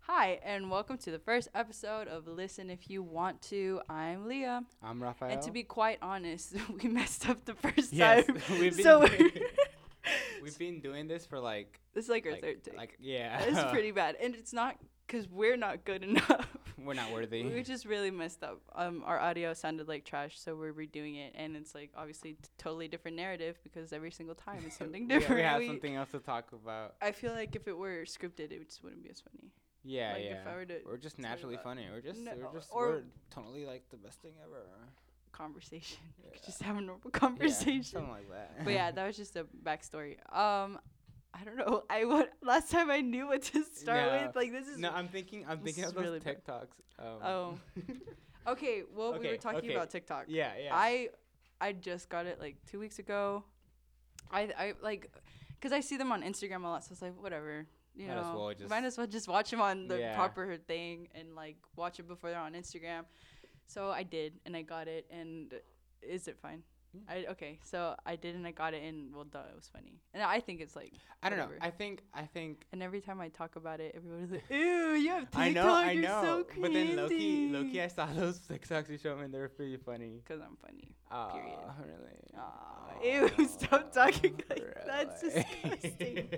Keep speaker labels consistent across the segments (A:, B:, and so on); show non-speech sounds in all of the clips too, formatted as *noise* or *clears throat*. A: Hi, and welcome to the first episode of Listen If You Want To. I'm Leah.
B: I'm Raphael.
A: And to be quite honest, *laughs* we messed up the first
B: Yes,
A: time. *laughs*
B: *laughs* we've been
A: so
B: doing-
A: we're-
B: we've been doing this
A: *laughs*
B: for like,
A: it's like our
B: like,
A: third take.
B: like yeah,
A: *laughs* it's pretty bad. And it's not because we're not good enough.
B: *laughs* We're not worthy.
A: we just really messed up. Um, our audio sounded like trash, so we're redoing it. And it's like obviously t- totally different narrative because every single time
B: *laughs*
A: it's something
B: We-
A: different.
B: We have
A: We-
B: something else to talk about.
A: I feel like if it were scripted, it just wouldn't be as funny.
B: Yeah,
A: like
B: yeah.
A: if I were to
B: we're just
A: tell you
B: naturally
A: about-
B: funny. We're just,
A: No,
B: we're just,
A: or-
B: we're totally like the best thing ever.
A: *laughs* conversation, *laughs* like,
B: Yeah.
A: just have a normal
B: Yeah,
A: conversation.
B: something like that.
A: but yeah, that was just a backstory. Um, I don't know. I would last time I knew what to *laughs* start
B: No.
A: with. Like this is
B: *laughs* no, I'm thinking,
A: this
B: I'm thinking
A: is
B: of those
A: really bad.
B: TikToks. Um,
A: Oh. okay. Well, we
B: Okay,
A: were talking
B: okay.
A: about TikTok.
B: *laughs* yeah, yeah.
A: I I just got it like two weeks ago. I I like because I see them on Instagram a lot, so it's like whatever. You
B: Might as
A: know,
B: well
A: might
B: just-
A: as well just watch them on the
B: Yeah.
A: proper thing and like watch it before they're on Instagram. So I did, and I got it, and is it fine?
B: Yeah.
A: I okay, so I did, and I got it, and well, duh, it was funny, and I think it's like,
B: I don't know.
A: whatever.
B: I think, I think.
A: and every time I talk about it, everybody's
B: *laughs*
A: like, "Ew, you have TikTok,
B: I know, I
A: you're so
B: know.
A: crazy."
B: but then Loki, Loki, I saw *laughs* those TikToks you showed me, and they were pretty funny.
A: because I'm funny.
B: Oh,
A: Period.
B: really?
A: Aw, *laughs* ew, stop talking like that. That's
B: *laughs*
A: disgusting.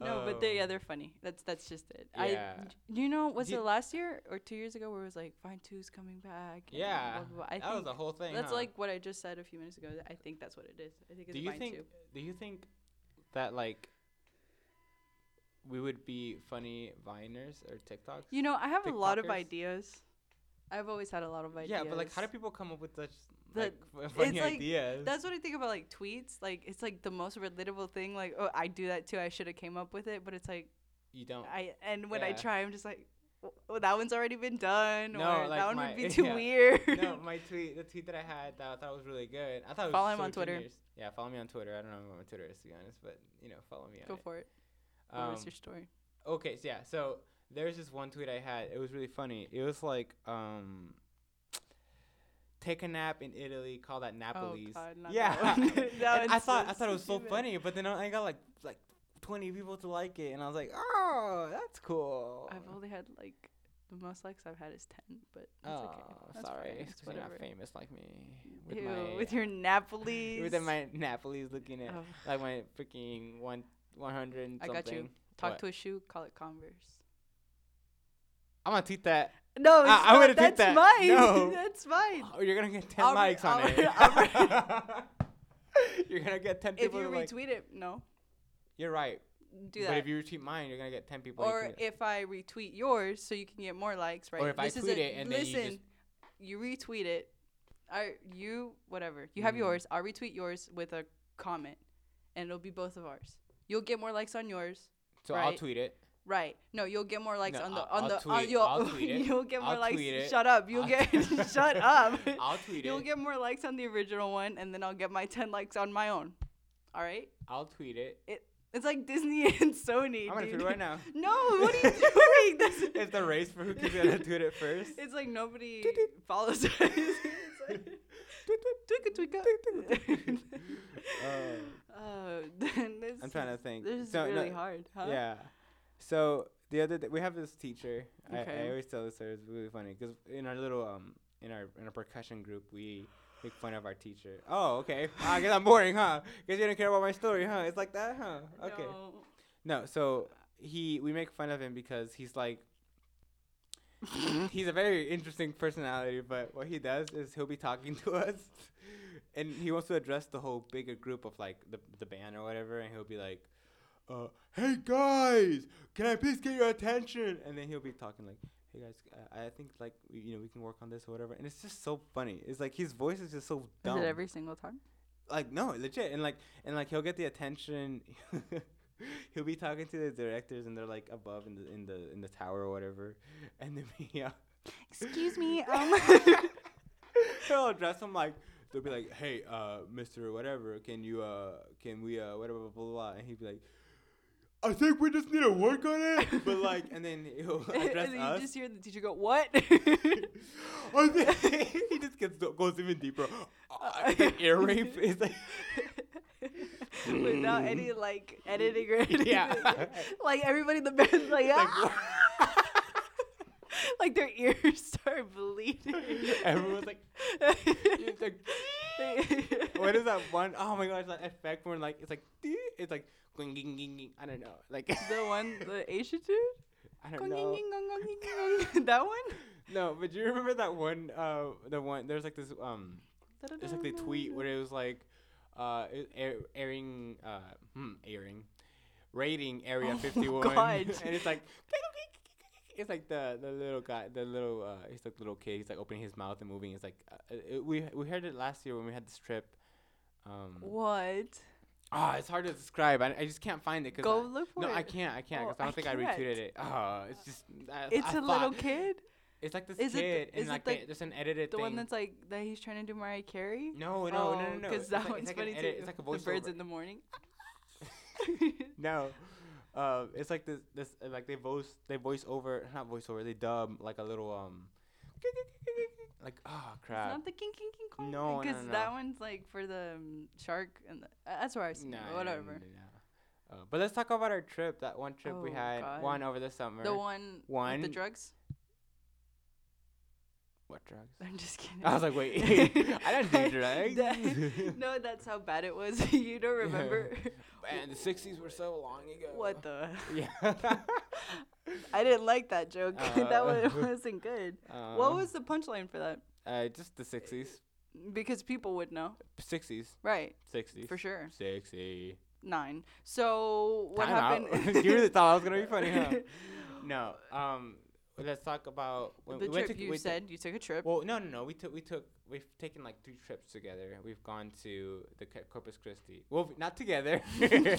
A: no, but they, yeah,
B: Um,
A: they're funny. That's that's just it.
B: yeah.
A: I, you know, was
B: Do-
A: it last year or two years ago where it was like Fine Two's coming back? and
B: Yeah,
A: blah, blah, blah. I
B: that was
A: think
B: the whole thing.
A: that's
B: huh?
A: like what I just said a few minutes ago. I think that's what it is. I think it's
B: Do you
A: Vine
B: think?
A: 2.
B: Do you think that like we would be funny Viners or TikToks?
A: You know, I have a lot of
B: TikTokers?
A: ideas. I've always had a lot of ideas.
B: yeah, but like, how do people come up with such
A: That-
B: like *laughs* f- funny
A: like-
B: ideas?
A: That's what I think about like tweets. Like it's like the most relatable thing. Like oh, I do that too. I should have came up with it, but it's like
B: you don't.
A: I and when I
B: Oh. Yeah.
A: try, I'm just like, well, that one's already been done,
B: No,
A: or
B: like
A: that one
B: my- *laughs*
A: would be too
B: yeah.
A: weird.
B: *laughs*
A: *laughs*
B: no, my tweet, the tweet that I had that I thought was really good. I thought it was
A: Follow him
B: so
A: on Twitter.
B: genius. Yeah, follow me on Twitter. I don't know what my Twitter is to be honest, but you know, follow me on
A: Go
B: it.
A: for it.
B: Um,
A: what was your story?
B: okay, so yeah. So there's this one tweet I had. It was really funny. It was like, um, take a nap in Italy. Call that Napoli's.
A: Oh, God, not that
B: yeah. *laughs*
A: one. *laughs* That
B: and I
A: one's so
B: thought I thought it was so
A: stupid.
B: funny, but then I got like like 20 people to like it, and I was like, oh, that's cool.
A: I've only had like the most likes I've had is ten, but
B: oh,
A: that's okay. That's
B: sorry.
A: fine.
B: It's
A: It's
B: 'cause you're not
A: whatever.
B: famous like me.
A: Ew,
B: my,
A: with your Napoli's.
B: with my Napoli's looking at
A: Oh,
B: like my freaking one 100 and
A: I
B: something.
A: got you. talk
B: What?
A: to a shoe, call it Converse.
B: I'm gonna tweet that.
A: No, it's
B: I- I
A: not-
B: would've did
A: that's
B: that.
A: mine.
B: No.
A: *laughs* that's mine.
B: *laughs* Oh, you're gonna get 10
A: I'll re-
B: likes on
A: I'll
B: it.
A: re-
B: *laughs* you're gonna get 10
A: If
B: people.
A: you
B: to like,
A: retweet it, no,
B: you're right.
A: do that.
B: But if you retweet mine, you're gonna get 10 people.
A: or
B: retweet it.
A: if I retweet yours, so you can get more likes, right?
B: Or if I
A: is
B: tweet
A: a-
B: it and then you just-
A: you retweet it. I you whatever you have
B: Mm.
A: yours. I'll retweet yours with a comment, and it'll be both of ours. You'll get more likes on yours,
B: so I'll
A: right.
B: tweet it.
A: right? No, you'll get more likes
B: No,
A: on the
B: I'll-
A: on the
B: I'll
A: on
B: tweet-
A: you'll, *laughs*
B: I'll tweet it.
A: you'll get more
B: I'll
A: likes.
B: tweet it.
A: Shut up! You'll
B: I'll- *laughs*
A: get *laughs* shut up.
B: I'll tweet
A: you'll
B: it.
A: get more likes on the original one, and then I'll get my ten likes on my own. All right.
B: I'll tweet it.
A: It's like Disney *laughs* and Sony.
B: I'm gonna tweet
A: dude.
B: it
A: *laughs*
B: right now.
A: No, what are you doing? This-
B: it's the race for who can gonna tweet it first.
A: It's like nobody
B: Toot toot.
A: follows us. *laughs* It's *laughs* like, Twinka *laughs* twinka.
B: Um,
A: Oh, *laughs* then this
B: I'm trying to
A: is-
B: think.
A: This is
B: So, no,
A: really hard, huh?
B: Yeah. So the other day, we have this teacher. I,
A: Okay.
B: I always tell this story. It's really funny because in our little um in our in our percussion group we make fun of our teacher. Oh, okay. I guess I'm boring, huh? Guess you don't care about my story, huh? It's like that, huh? Okay.
A: No.
B: No, so he we make fun of him because
A: *laughs*
B: he's like he's a very interesting personality, but what he does is he'll be talking to us *laughs* and he wants to address the whole bigger group of like the the band or whatever and he'll be like uh, hey guys, can I please get your attention? And then he'll be talking like, hey guys, I, I think like we, you know we can work on this or whatever. And it's just so funny. It's like his voice is just so
A: Is
B: dumb
A: it every single time?
B: like no legit and like and like he'll get the attention *laughs* he'll be talking to the directors and they're like above in the in the in the tower or whatever *laughs* and uh, then *laughs* yeah
A: Excuse
B: *laughs*
A: me. Um,
B: he'll address them like they'll be like hey uh mr whatever can you uh can we uh whatever blah blah blah and he'd be like i think we just need to work on it
A: *laughs*
B: but like and then he'll
A: and
B: address
A: then *laughs* you
B: us *laughs*
A: just hear the teacher go, "What?"
B: I think- he just gets goes even
A: *laughs*
B: deeper I think ear rape is like *laughs*
A: *laughs* Without any like editing or anything.
B: Mm. Yeah.
A: *laughs* like everybody in the band's like, ah.
B: like, *laughs*
A: like their ears *laughs* start bleeding. *laughs*
B: Everyone's like, it's like, what is that one? Oh my gosh, that effect when like it's like, it's like, going, ging, ging, ging. I don't know, like
A: the one,
B: *laughs*
A: the Asian dude?
B: I don't
A: Gong,
B: know.
A: ging, ging, gong, gong, ging, ging,
B: *laughs*
A: gong. *laughs* that one?
B: No, but do you remember that one? Uh, the one there's like this um, there's like the tweet where it was like, uh, it- air, airing uh, hmm, airing, rating area
A: Oh my
B: 51,
A: God.
B: and it's like. It's like the, the little guy, the little uh, he's like little kid. He's like opening his mouth and moving. It's like uh, it, we we heard it last year when we had this trip. Um,
A: What?
B: ah, it's hard to describe. I, I just can't find it because
A: Go look for
B: no,
A: it.
B: I can't. I can't
A: Well,
B: because I don't
A: I
B: think I
A: can't.
B: retweeted it. Oh, it's just I-
A: It's
B: I
A: a little
B: thought-
A: kid.
B: it's like this
A: Is it
B: kid,
A: th-
B: and
A: is it
B: like
A: the-
B: they- there's an edited
A: The
B: thing.
A: one that's like that he's trying to do Mariah Carey.
B: no, no, no, no, no.
A: Because Oh,
B: it's
A: that
B: like,
A: one's
B: it's like
A: funny
B: an edit,
A: too.
B: It's like a
A: the
B: voiceover.
A: birds in the
B: *laughs*
A: morning.
B: no, um, it's like this, this, uh, like they voice, they voice over, not voice over, they dub like a little um, like oh
A: It's
B: crap.
A: not the king king king kong.
B: No, no,
A: because
B: no,
A: that
B: no.
A: one's like for the um, shark and the, uh, that's where I've seen
B: Nah,
A: it,
B: nah,
A: but whatever.
B: nah, nah. Uh, but let's talk about our trip. That one trip we
A: Oh,
B: had, one
A: God.
B: over the summer.
A: The one, with
B: One-
A: the drugs. *laughs*
B: What drugs?
A: I'm just kidding.
B: I was like,
A: *laughs*
B: wait, *laughs* I didn't do drugs.
A: That- no, that's how bad it was. *laughs* you don't
B: Yeah.
A: remember
B: *laughs* Man, the '60s were so long ago.
A: what the.
B: Yeah. *laughs*
A: I didn't like that joke. *laughs* that
B: Uh,
A: one wasn't good.
B: Uh,
A: what was the punchline for that?
B: Uh, just the '60s.
A: Because people would know,
B: 60s,
A: right?
B: 60s.
A: For sure.
B: 60.
A: Nine. So what
B: Time
A: happened?
B: Out. *laughs* you
A: *laughs*
B: really thought I was gonna be funny, huh? No. Um, let's talk about when
A: the
B: we went
A: trip
B: to-
A: you
B: we took-
A: said you took a trip.
B: well, no, no, no. We took, we took, we've taken like three trips together. We've gone to the C- Corpus Christi. Well,
A: *laughs*
B: not together. *laughs*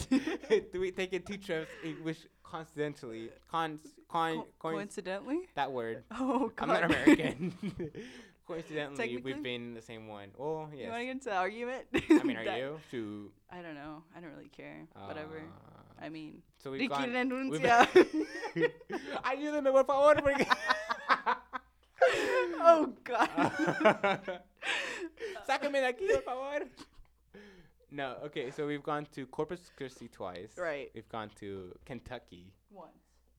B: We've taken two trips, eh, which coincidentally, cons, coin,
A: Co-
B: coins,
A: coincidentally. *laughs*
B: that word.
A: Oh God.
B: I'm not American. *laughs* coincidentally,
A: Technically?
B: we've been in the same one. Well,
A: *laughs* You want to
B: yes.
A: get into the argument? *laughs*
B: I mean, are
A: That-
B: you? To
A: I don't know. I don't really care. Whatever.
B: uh,
A: I mean,
B: So we've
A: Ricky
B: gone. we've-
A: renuncia.
B: *laughs* I didn't know what I wanted to
A: *laughs* oh God.
B: *laughs* bring. *laughs* Sácame de aquí, por favor. No, okay, so we've gone to Corpus Christi twice.
A: right.
B: We've gone to Kentucky.
A: Once.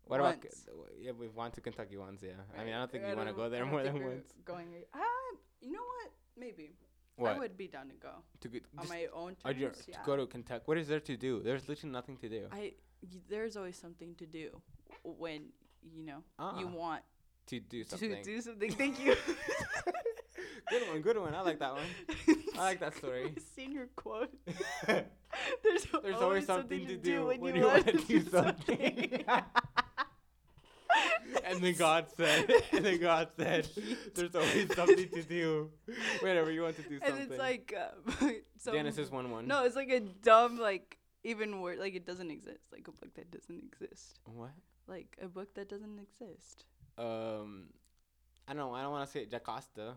B: What
A: Once.
B: about? Ke- Yeah, we've gone to Kentucky once. Yeah. I mean, I
A: Right.
B: don't think you want to
A: don't-
B: go
A: I
B: there
A: don't
B: more
A: think
B: than
A: we're
B: once.
A: Going. Uh, you know what? Maybe.
B: What?
A: I would be down to go
B: to, go,
A: on
B: just,
A: my own
B: are
A: terms.
B: you-
A: yeah.
B: to go to Kentucky. What is there to do? There's literally nothing to do.
A: I y- there's always something to do when you know
B: Ah,
A: you want
B: to do something.
A: to do something. Thank you.
B: Good one. Good one. *laughs* I like that
A: *laughs*
B: one. I like that story.
A: Senior quote. There's,
B: *laughs* There's always something to do
A: when,
B: when
A: you want to *laughs* do something.
B: *laughs* and then God said, *laughs* and then God
A: *laughs*
B: said, there's always something to do whenever you want to do something.
A: and it's like uh, *laughs* so
B: Genesis 1 1.
A: No, it's like a dumb like even word like it doesn't exist. Like a book that doesn't exist.
B: What?
A: Like a book that doesn't exist.
B: Um, I don't know. I don't want to say it. Jocasta.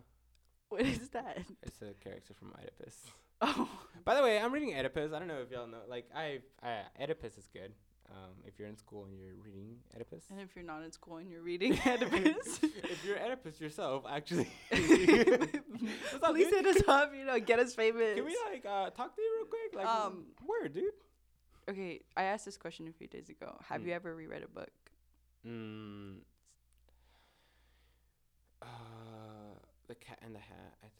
A: What is that? *laughs*
B: It's a character from Oedipus.
A: Oh,
B: By the way, I'm reading Oedipus. I don't know if y'all know. Like, I, I Oedipus is good. Um, if you're in school and you're reading Oedipus.
A: and if you're not in school and you're
B: *laughs*
A: reading *laughs* Oedipus.
B: if you're Oedipus yourself,
A: *laughs*
B: actually. *laughs* What's up,
A: Please
B: dude?
A: hit us up, you know, get us famous.
B: Can we like uh, talk to you real quick? Like,
A: Um,
B: word, dude.
A: okay, I asked this question a few days ago. Have
B: Mm.
A: you ever reread a book?
B: *laughs* Mm. Uh, the Cat in the Hat, I
A: *laughs*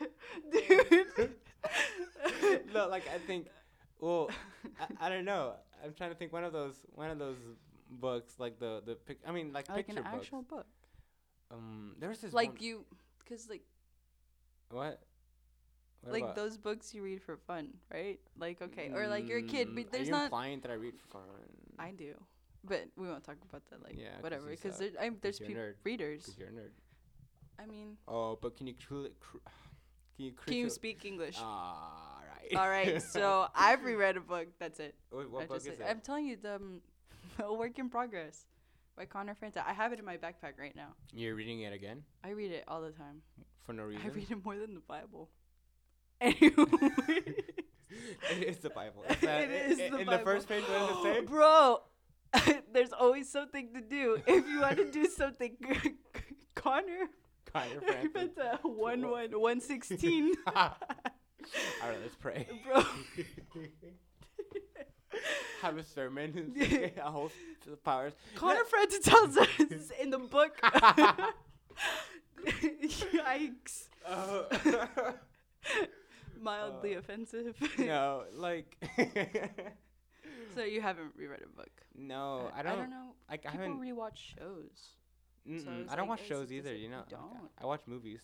B: think.
A: Dude.
B: *laughs* no, like I think. Well, I, I don't know. I'm trying to think. One of those, one of those books, like the the pic. I mean,
A: *laughs*
B: like,
A: like an
B: picture books.
A: actual book.
B: Um, there's this
A: Like
B: one-
A: you cuz like
B: what? What
A: like
B: about-
A: those books you read for fun, right? Like okay, or like you're a kid,
B: Mm,
A: but
B: are
A: there's
B: you
A: not
B: implying that I read for fun.
A: *laughs* I do. But we won't talk about that like
B: Yeah, 'cause
A: whatever
B: you
A: because
B: suck,
A: there, I'm, there's
B: you're a
A: peop
B: nerd.
A: readers.
B: Because you're a nerd.
A: I mean,
B: Oh, but can you cru- cr- can you
A: can you
B: crucial-
A: speak
B: *laughs*
A: English?
B: All right.
A: All
B: *laughs*
A: right, so I've reread a book. That's it.
B: Wait,
A: I
B: what book
A: just
B: is
A: said- I'm
B: it?
A: telling you, the um, *laughs* a work in progress by Connor Franta. I have it in my backpack right now.
B: You're reading it again
A: I read it all the time.
B: for no reason.
A: I
B: *laughs*
A: read it more than the Bible. *laughs* Anyway,
B: it is the Bible.
A: *laughs*
B: Is that-
A: It
B: i-
A: is
B: i-
A: the
B: in the
A: Bible.
B: first page, what
A: *laughs*
B: does it say?
A: *gasps* bro. There's always something to do if you want to do something. *laughs* Connor *laughs*
B: Connor Francis.
A: Franta, one one one
B: *laughs*
A: sixteen. *laughs*
B: All right, let's pray.
A: Bro,
B: have a sermon, and a whole s-
A: *laughs*
B: powers. *laughs*
A: Connor Francis tells us in the book. Yikes.
B: Uh,
A: Mildly offensive.
B: no, like
A: *laughs*
B: *laughs*
A: so you haven't reread a book.
B: no, Oh, I don't.
A: I don't know.
B: Like I
A: People
B: haven't.
A: rewatch shows.
B: mm-mm,
A: so it's
B: I don't
A: like,
B: watch
A: is-
B: shows
A: is
B: either.
A: it-
B: You
A: you
B: know, Like,
A: don't?
B: I watch movies.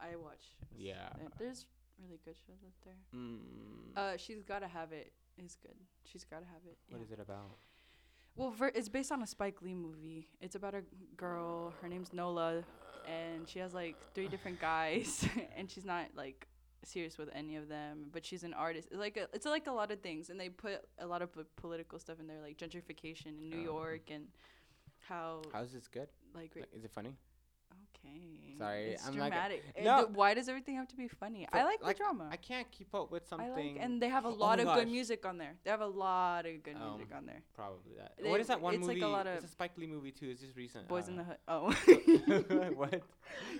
A: I watch. shows.
B: Yeah.
A: There- There's really good shows out there.
B: Mm.
A: Uh, she's gotta have it is good. She's gotta have it.
B: what
A: yeah.
B: is it about?
A: Well, ver- it's based on a Spike Lee movie. It's about a girl. Her name's Nola, and she has like three different guys, *laughs* and she's not like serious with any of them. But she's an artist. It's like a, it's like a lot of things, and they put a lot of po- political stuff in there, like gentrification in New
B: Oh.
A: York and how
B: How is this good?
A: like re-
B: Like, is it funny?
A: okay.
B: Sorry,
A: it's
B: I'm not gonna-
A: dramatic. Uh,
B: No.
A: th- why does everything have to be funny? I
B: For-
A: like,
B: like,
A: the drama.
B: I can't keep up with
A: Uh, I
B: something.
A: like, and they have a
B: Oh my
A: lot of good
B: gosh.
A: music on there. They have a lot of good music
B: Um,
A: on there.
B: Probably that.
A: They-
B: what is that one
A: it's like
B: movie?
A: a lot
B: it's
A: of-
B: a Spike Lee movie too. It's just recent.
A: Boys
B: *laughs*
A: in the Hood. Oh, *laughs*
B: Hood. *laughs* what?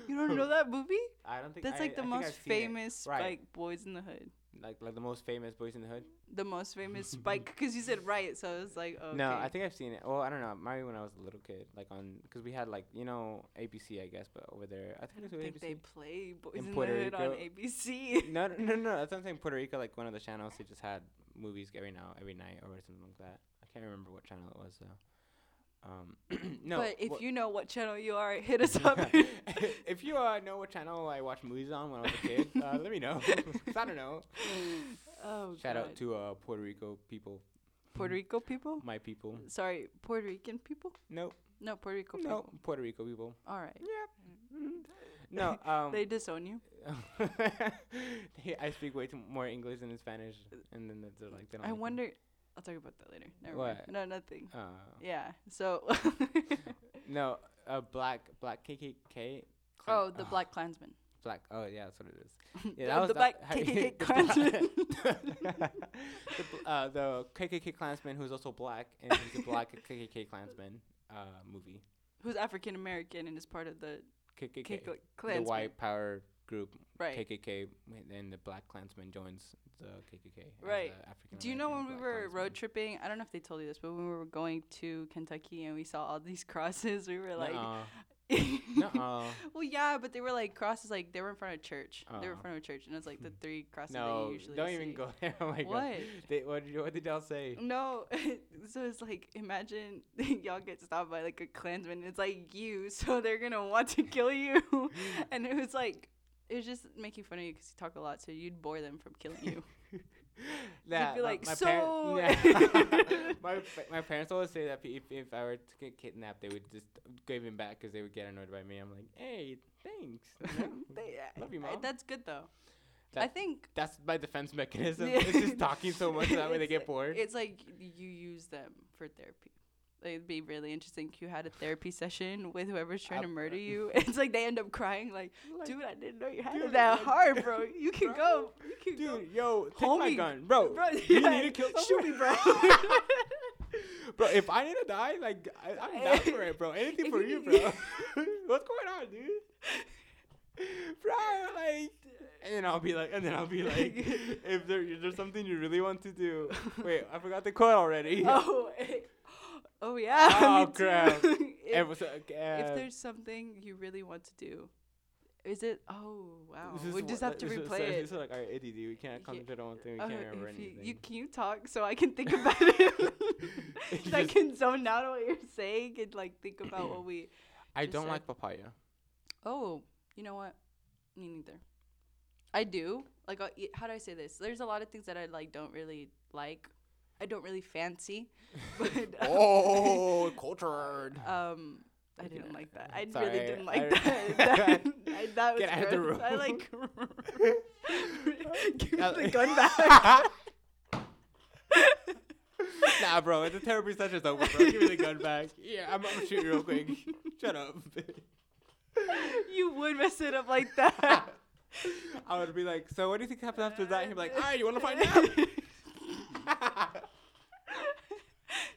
A: you don't know that movie?
B: I don't think
A: That's
B: I-
A: like the
B: I think
A: most
B: I've seen it.
A: famous
B: Right.
A: like Boys in the Hood.
B: Like like the most famous Boys in the Hood.
A: The most famous Spike,
B: *laughs*
A: because you said right, so it's like okay.
B: No, I think I've seen it. Well, I don't know. Maybe when I was a little kid, like on because we had like you know ABC, I guess, but over there, I
A: I
B: think
A: don't
B: it
A: think
B: was
A: they
B: ABC.
A: play Boys in,
B: Puerto
A: the Hood on
B: Rico.
A: ABC.
B: No, no, no, no. That's what I'm saying. Puerto Rico, like one of the channels, they just had movies every now every night or something like that. I can't remember what channel it was though. Um, *laughs* *clears throat*
A: *laughs*
B: no.
A: but if
B: wha-
A: you know what channel you are, hit
B: *laughs*
A: us up.
B: if you uh, know what channel I watch movies on when I was a kid, uh, let me know. *laughs* 'Cause I don't know.
A: *laughs* oh,
B: Shout out
A: God.
B: to uh, Puerto Rico people,
A: Puerto Rico people.
B: my people.
A: Sorry, Puerto Rican people.
B: Nope,
A: No, Puerto Rico people.
B: Mm. no Puerto Rico people. Mm.
A: All right. *laughs*
B: No, um,
A: They disown you.
B: *laughs* they- I speak way too more English than in Spanish, and then they're like, they don't
A: I
B: like me.
A: wonder. I'll talk about that later. Never
B: What?
A: mind. No, nothing.
B: Uh,
A: Yeah.
B: *laughs*
A: So.
B: no, uh, black, black KKK. Klan-
A: *laughs* oh, the
B: ugh,
A: Black Klansman.
B: black. Oh, yeah, that's what it is.
A: The-
B: Ah.
A: *laughs*
B: Yeah, that was
A: the
B: that-
A: Black
B: how-
A: KKK *laughs*
B: *laughs* the
A: Klansman.
B: black- *laughs* the, bl- uh, the KKK Klansman, who's also black, and he's a
A: *laughs*
B: black KKK Klansman uh, movie.
A: Who's African American and is part of the
B: KKK,
A: KKK
B: the
A: Klansman.
B: white power group.
A: Right.
B: KKK, and then the black Klansman joins the KKK. as
A: Right.
B: a African
A: Do you know when
B: American
A: we
B: black
A: were
B: Klansman.
A: road tripping? I don't know if they told you this, but when we were going to Kentucky and we saw all these *laughs* crosses, we were like, *laughs*
B: Nuh-uh.
A: "Well, yeah," but they were like crosses, like they were in front of church. They were in
B: Uh-uh.
A: front of church, and it's
B: *laughs*
A: like the three crosses that
B: no,
A: you usually
B: don't even
A: see.
B: go *laughs* there. Oh my god.
A: What?
B: They, what, did, what did y'all say?
A: No, *laughs* so it's like imagine *laughs* y'all get stopped by like a Klansman. It's like you, *laughs* so they're gonna want to kill you. *laughs* and it was like it was just making fun of you because you talk a lot, so you'd bore them from killing you.
B: Nah,
A: be like,
B: parent-
A: "So-" *laughs*
B: yeah. *laughs* my, pa- my parents always say that if, if I were to get kidnapped, they would just give him back because they would get annoyed by me. I'm like, hey, thanks.
A: *laughs*
B: you know?
A: They-
B: Love you,
A: I-
B: Mom.
A: That's good though. I
B: That-
A: think
B: That's my defense mechanism.
A: Yeah.
B: It's just talking so much that way
A: *laughs*
B: they
A: It's
B: get
A: like-
B: bored.
A: it's like you use them for therapy. Like, it'd be really interesting if you had a therapy session with whoever's trying to
B: I-
A: murder you. *laughs* It's like they end up crying, like, dude, I didn't know you had
B: uh, dude,
A: it that
B: *laughs* like,
A: hard, bro. You can
B: bro,
A: go. You can go.
B: Dude, yo, take my
A: Homie,
B: gun,
A: *laughs*
B: bro.
A: bro,
B: you
A: yeah,
B: need to kill
A: *laughs* shoot
B: someone?
A: me, bro. *laughs*
B: *laughs* bro, if I need to die, like I, I'm down for it, bro.
A: *laughs*
B: Anything
A: If
B: for you,
A: you
B: bro. *laughs*
A: need-
B: What's going on, dude? Bro,
A: *laughs*
B: like, and then I'll be like, and then I'll be like, if there if there's something you really want to do. Wait, I forgot the quote already.
A: *laughs*
B: *laughs*
A: oh, *laughs* oh yeah. *laughs*
B: Oh,
A: me too.
B: crap.
A: if,
B: It was, uh,
A: if
B: uh,
A: there's something you really want to do, is it? Oh wow,
B: this is
A: we just
B: what-
A: have to
B: this is-
A: replay
B: so-
A: it.
B: This is like our ADD. We can't
A: Yeah.
B: concentrate on one thing. We
A: Oh,
B: can't remember
A: if you,
B: anything.
A: you can you talk so I can think about
B: *laughs*
A: it. *laughs*
B: You
A: so I
B: just-
A: can zone out on what you're saying and like think about what we.
B: I
A: just
B: don't
A: said-
B: like papaya.
A: Oh, you know what? Me neither. I do. Like, I'll eat, how do I say this? There's a lot of things that I like. Don't really like. I don't really fancy. *laughs*
B: *laughs*
A: But
B: Oh, cultured.
A: um, I
B: Okay.
A: didn't like
B: *laughs*
A: that. I
B: Sorry,
A: really didn't
B: I-
A: like that.
B: *laughs*
A: that, *laughs* I, *laughs* that was
B: Get out of the
A: gross. I
B: room. *laughs*
A: like. *laughs* Give
B: Uh,
A: me the gun back.
B: *laughs* nah, bro, the therapy session's over, bro. Give me the gun
A: *laughs*
B: back. Yeah, I'm, I'm gonna shoot you real quick. Shut up.
A: you would mess it up
B: *laughs*
A: like that.
B: I would be like, so what do you think happens after that? And he'd be like, all right, you wanna find
A: *laughs*
B: out?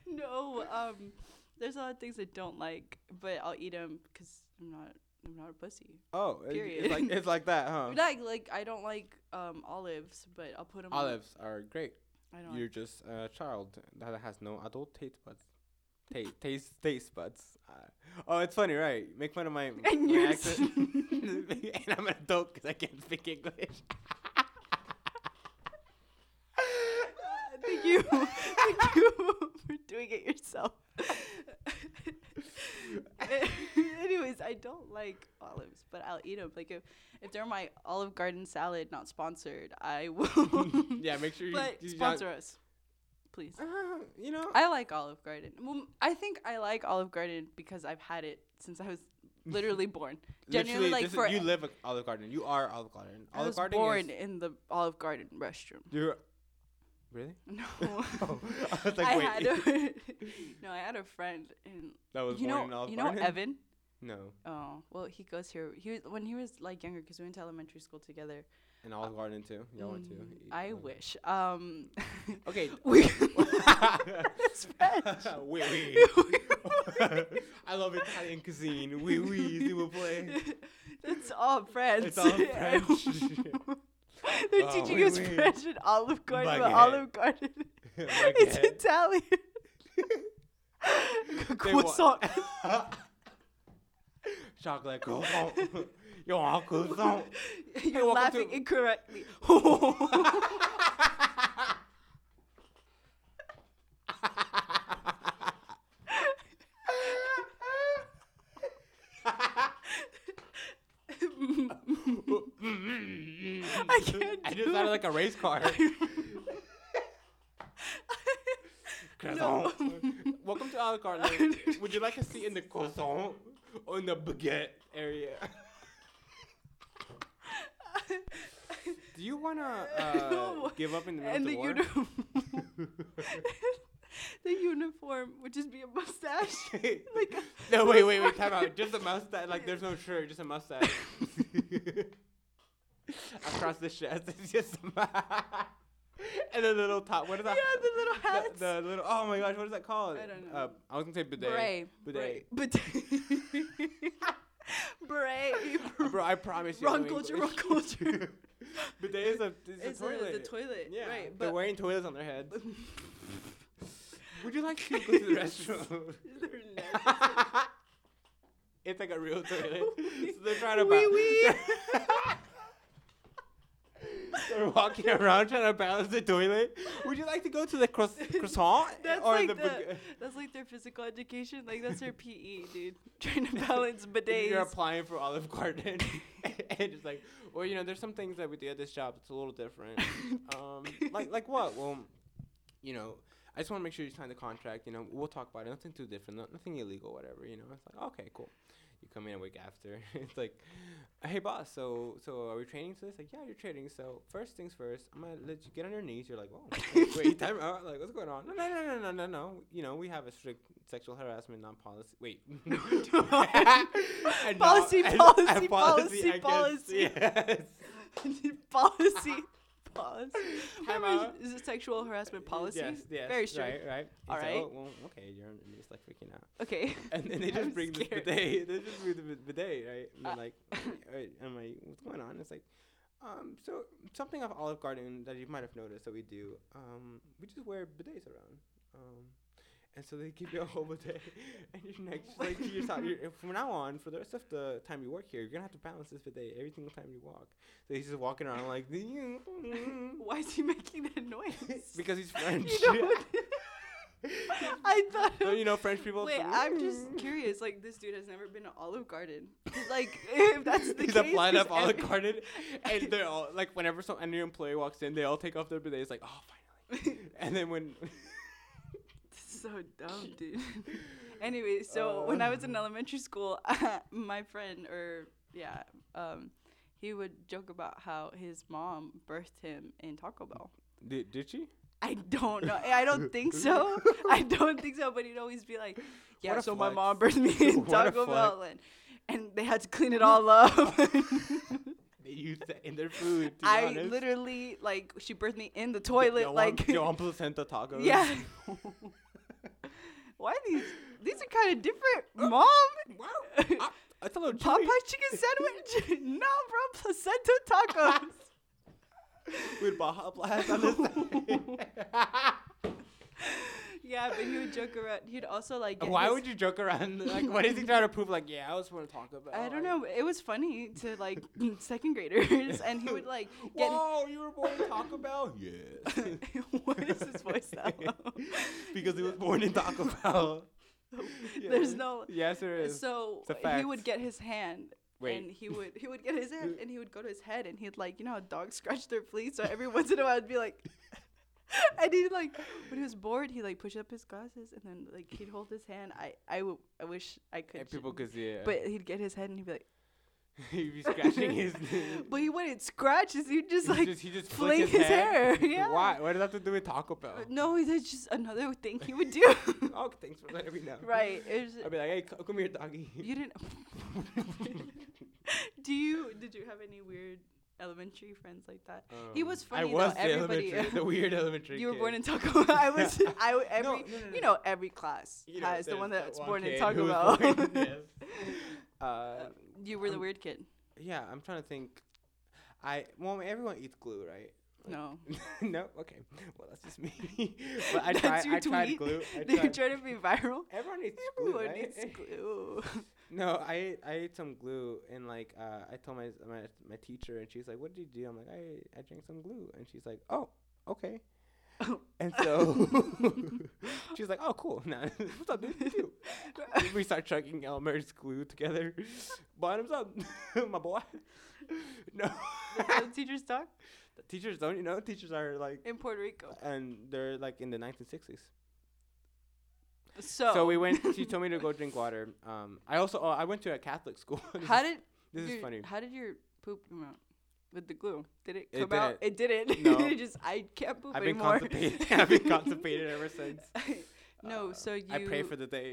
A: no, um, there's a lot of things I don't like, but I'll eat them because I'm not, I'm not a pussy.
B: oh, it-
A: Period.
B: it's like it's like that, huh?
A: Like, like I don't like um olives, but I'll put them.
B: Olives are great.
A: I don't.
B: You're just a child that has no adult taste buds. Ta- taste taste buds. Uh, oh, it's funny, right? Make fun of my, my
A: *laughs* And you're
B: accent. *laughs* and I'm an adult because I can't
A: *laughs*
B: speak English.
A: *laughs* Thank you. Thank you *laughs* for doing it yourself. *laughs* Anyways, I don't like olives, but I'll eat them. Like if, if they're my Olive Garden salad, not sponsored, I *laughs* will.
B: *laughs* yeah, make sure you,
A: *laughs* but
B: you
A: sponsor us, please.
B: Not, uh, you know,
A: I like Olive Garden. Well, m- I think I like Olive Garden because I've had it since I was
B: *laughs*
A: literally born. Genuinely, like
B: literally, this is-
A: for
B: you live at Olive Garden. You are Olive Garden.
A: I was
B: Olive Garden
A: born
B: is
A: in the Olive Garden restroom.
B: you're really.
A: No.
B: Oh, *laughs* I was like,
A: I
B: wait,
A: had a *laughs* no. I had a friend, and
B: that was
A: you
B: born
A: know,
B: in Olive
A: you know
B: Garden.
A: Evan.
B: No,
A: Oh well, he goes here. He was when he was like younger because we went to elementary school together.
B: in Olive Garden too. Y'all went to.
A: Mm,
B: eat
A: I
B: Olive
A: wish. Um, *laughs*
B: Okay. *laughs*
A: we *laughs*
B: That's
A: French.
B: Oui, oui. *laughs* I love Italian cuisine. *laughs* Oui, oui, s'il vous *laughs* plaît.
A: *laughs* It's all French. *laughs*
B: It's all French.
A: They're
B: Oh,
A: teaching
B: oui,
A: us
B: oui.
A: French in Olive Garden, but
B: Baguette.
A: Olive Garden it's
B: Baguette. *laughs*
A: Italian. *laughs*
B: They want- *laughs*
A: Croissant.
B: Chocolate croissant. *laughs* You want a *laughs* croissant?
A: You're
B: welcome
A: laughing
B: to-
A: incorrectly. *laughs* I can't
B: I
A: do
B: just sounded
A: it.
B: like a race car.
A: *laughs*
B: Croissant. Welcome to Olive *laughs* Garden. Would you like a seat in the croissant or in the baguette area? Do you want *laughs* to uh,
A: No.
B: give up in the middle
A: and
B: of
A: the
B: the war?
A: uniform. *laughs* the uniform would just be a
B: *laughs*
A: mustache. like a-
B: no, wait, wait, wait.
A: *laughs*
B: Time out. Just a mustache. Like, there's no shirt. Just a *laughs* mustache. Across the chest, *laughs* it's just a mu- and a little top. What is
A: yeah,
B: that?
A: the little hats.
B: The, the little. Oh my gosh, what is that called?
A: I don't
B: Uh,
A: know.
B: I was gonna say bidet.
A: Bray.
B: Bidet.
A: *laughs* Bidet. Bray.
B: Bro, I promise you. I
A: Wrong
B: know
A: culture, wrong
B: English.
A: culture.
B: *laughs* bidet is a, is
A: It's
B: a
A: a-
B: toilet.
A: the toilet.
B: Yeah,
A: Right.
B: they're
A: But
B: wearing toilets on their heads. *laughs* Would you like to go to the restroom?
A: *laughs* They're not.
B: *laughs* it's like a real *laughs* toilet.
A: *laughs*
B: so they're trying to
A: Wee
B: ba-
A: wee. *laughs*
B: They're walking around trying to balance the toilet. Would you like to go to the *laughs* croiss- *laughs* croissant
A: That's
B: or
A: like
B: the?
A: the-
B: bag-
A: *laughs* That's like their physical education. Like that's their PE, dude. *laughs* Trying to
B: *laughs*
A: balance bidets.
B: You're applying for Olive Garden, *laughs* and it's like, well, you know, there's some things that we do at this job. It's a little different. um, like like what? Well, you know, I just want to make sure you sign the contract. You know, we'll talk about it. Nothing too different. No, nothing illegal. Whatever. You know, it's like okay, cool. You come in a week after. *laughs* it's like, hey boss, so so are we training to this? Like yeah, you're training. So first things first, I'm gonna let you get on your knees. You're like, oh, wait, wait, time out. Like what's going on? No, no, no, no, no, no, no. You know, we have a strict sexual harassment non policy.
A: *laughs*
B: Wait, *laughs* And now-
A: Policy,
B: and-
A: policy,
B: and
A: policy,
B: I guess,
A: policy.
B: *laughs* Yes.
A: *laughs* policy. Policy.
B: *laughs* Time
A: Remember,
B: out.
A: is it sexual harassment policy?
B: Yes, yes.
A: Very strict.
B: Right, right.
A: All
B: It's like,
A: right.
B: oh, well, okay, you're on your knees, like freaking out.
A: Okay.
B: And then
A: *laughs*
B: they
A: I'm
B: just bring
A: scared.
B: the bidet. They just bring the bi- bidet, right? And
A: Uh,
B: I'm like, alright, I'm like, what's going on? It's like, um, so something of Olive Garden that you might have noticed that we do, um, we just wear bidets around. Um, and so they give you
A: *laughs*
B: a whole bidet, *laughs* and you're next, like, you're, so- you're, from now on, for the rest of the time you work here, you're gonna have to balance this bidet every single time you walk. So he's just walking
A: *laughs*
B: around like,
A: *laughs*
B: *laughs*
A: Why is he making that noise?
B: *laughs* because he's French.
A: you know.
B: *laughs*
A: what- I thought.
B: Don't
A: of-
B: you know French people? Mm.
A: Wait, I'm just curious. Like, this dude has never been to Olive Garden.
B: *laughs*
A: Like, if that's the
B: He's
A: case,
B: applied up
A: there's
B: Olive
A: every-
B: Garden, and they're all like, whenever some any employee walks in, they all take off their bidets. It's like, oh,
A: *laughs*
B: finally. and then when
A: *laughs* So dumb, dude. *laughs* anyway,
B: Uh.
A: so when I was in elementary school, *laughs* my friend, or yeah, um, he would joke about how his mom birthed him in Taco Bell.
B: did, did she?
A: I don't know. I don't think
B: *laughs*
A: so. I don't think so. But he'd always be like, "Yeah,
B: What a
A: so my
B: flex.
A: mom birthed me
B: *laughs*
A: in
B: What a
A: Taco
B: flex.
A: Bell, and, and they had to clean it all up."
B: *laughs*
A: *laughs*
B: They used that in their food. To be
A: I
B: honest.
A: literally like she birthed me in the
B: *laughs* Yo,
A: toilet,
B: I'm-
A: like
B: yo, I'm placenta tacos. *laughs*
A: yeah. *laughs* Why these? These are kind of different,
B: Uh,
A: mom. *laughs*
B: Ah, It's a little chewy. *laughs*
A: Popeye chicken sandwich? no, bro, placenta tacos.
B: We'd Baja Blast
A: *laughs*
B: on the side.
A: yeah, but he would joke around. He'd also like. get
B: Why
A: his-
B: would you joke around? Like, what is he trying to prove? Like, yeah, I was want to talk about.
A: I don't
B: like,
A: know. but It was funny to like *laughs* second graders, and he would like
B: *laughs*
A: get.
B: Whoa, you were born in Taco Bell? *laughs* Yes.
A: *laughs* what is his
B: *laughs*
A: voice that low?
B: because he was born in Taco
A: *laughs*
B: Bell.
A: There's no.
B: *laughs* Yes, there is.
A: So
B: It's a
A: he
B: fact.
A: would get his hand. And
B: Wait.
A: he would he would get his
B: *laughs*
A: hand and he would go to his head and he'd like you know how dogs scratch their fleas so every once in a while I'd be like *laughs* and he like when he was bored he like pushed up his glasses and then like he'd hold his hand I I, w- I wish I could
B: And
A: sh-
B: people could see it.
A: but he'd get his head and he'd be like
B: *laughs* he'd be
A: *laughs*
B: scratching his.
A: but he wouldn't scratch his he'd just
B: He
A: like
B: just- he just flick
A: fling his,
B: his
A: hair *laughs*
B: hair?
A: yeah Uh,
B: Why? What does that have to do with Taco Bell?
A: But no that's just another thing he would do
B: *laughs* Oh, thanks for letting me know.
A: right it was,
B: I'd be like, hey, c- come here, doggy.
A: *laughs*
B: *laughs*
A: You didn't. *laughs* Do you? Did you have any weird elementary friends like that?
B: Uh,
A: He was
B: Um, I
A: funny though,
B: was the
A: everybody- uh,
B: elementary, the weird elementary.
A: you were
B: kid.
A: born in Taco Bell. I
B: *laughs*
A: was. I w- every.
B: No, no, no,
A: You
B: no.
A: know, every class *laughs*
B: You know,
A: has the
B: there's
A: one
B: that
A: that's
B: one
A: born in
B: kid
A: Taco
B: who was
A: Bell. *laughs*
B: born- yes. Uh,
A: you were the
B: Um,
A: weird kid.
B: yeah, I'm trying to think. I well, everyone eats glue, right? Like-
A: No,
B: *laughs* no, okay. Well, that's just
A: *laughs*
B: me. but I
A: That's
B: tried.
A: your
B: I tried
A: tweet?
B: glue.
A: *laughs*
B: I
A: they
B: tried.
A: trying to be viral.
B: *laughs* Everyone eats glue,
A: Everyone
B: right?
A: needs glue.
B: *laughs*
A: *laughs*
B: No, I ate, I ate some glue and like uh, I told my, my my teacher and she's like, "What did you do?" I'm like, "I I drank some glue," and she's like, "Oh,
A: *laughs*
B: okay." and so *laughs* she's like, "Oh, cool. *laughs* Now what's up, dude? You
A: *laughs*
B: too." we start chugging Elmer's glue together. *laughs* Bottoms up, *laughs* my boy.
A: *laughs*
B: No, *laughs*
A: That's how teachers talk
B: teachers don't you know? Teachers are like,
A: in Puerto Rico.
B: and they're like in the 1960s.
A: So,
B: So we went. She
A: *laughs*
B: told me to go drink water. Um, I also oh, I went to a Catholic school. *laughs* This
A: How
B: is-
A: did
B: this is
A: your-
B: funny.
A: How did your poop come out? With the glue, did it
B: It
A: come out? It didn't.
B: No.
A: *laughs* It just I can't poop
B: I've been
A: anymore.
B: constipated. *laughs* I've been constipated
A: *laughs*
B: ever since.
A: no,
B: Uh,
A: so you.
B: I
A: *laughs*
B: pray for the day.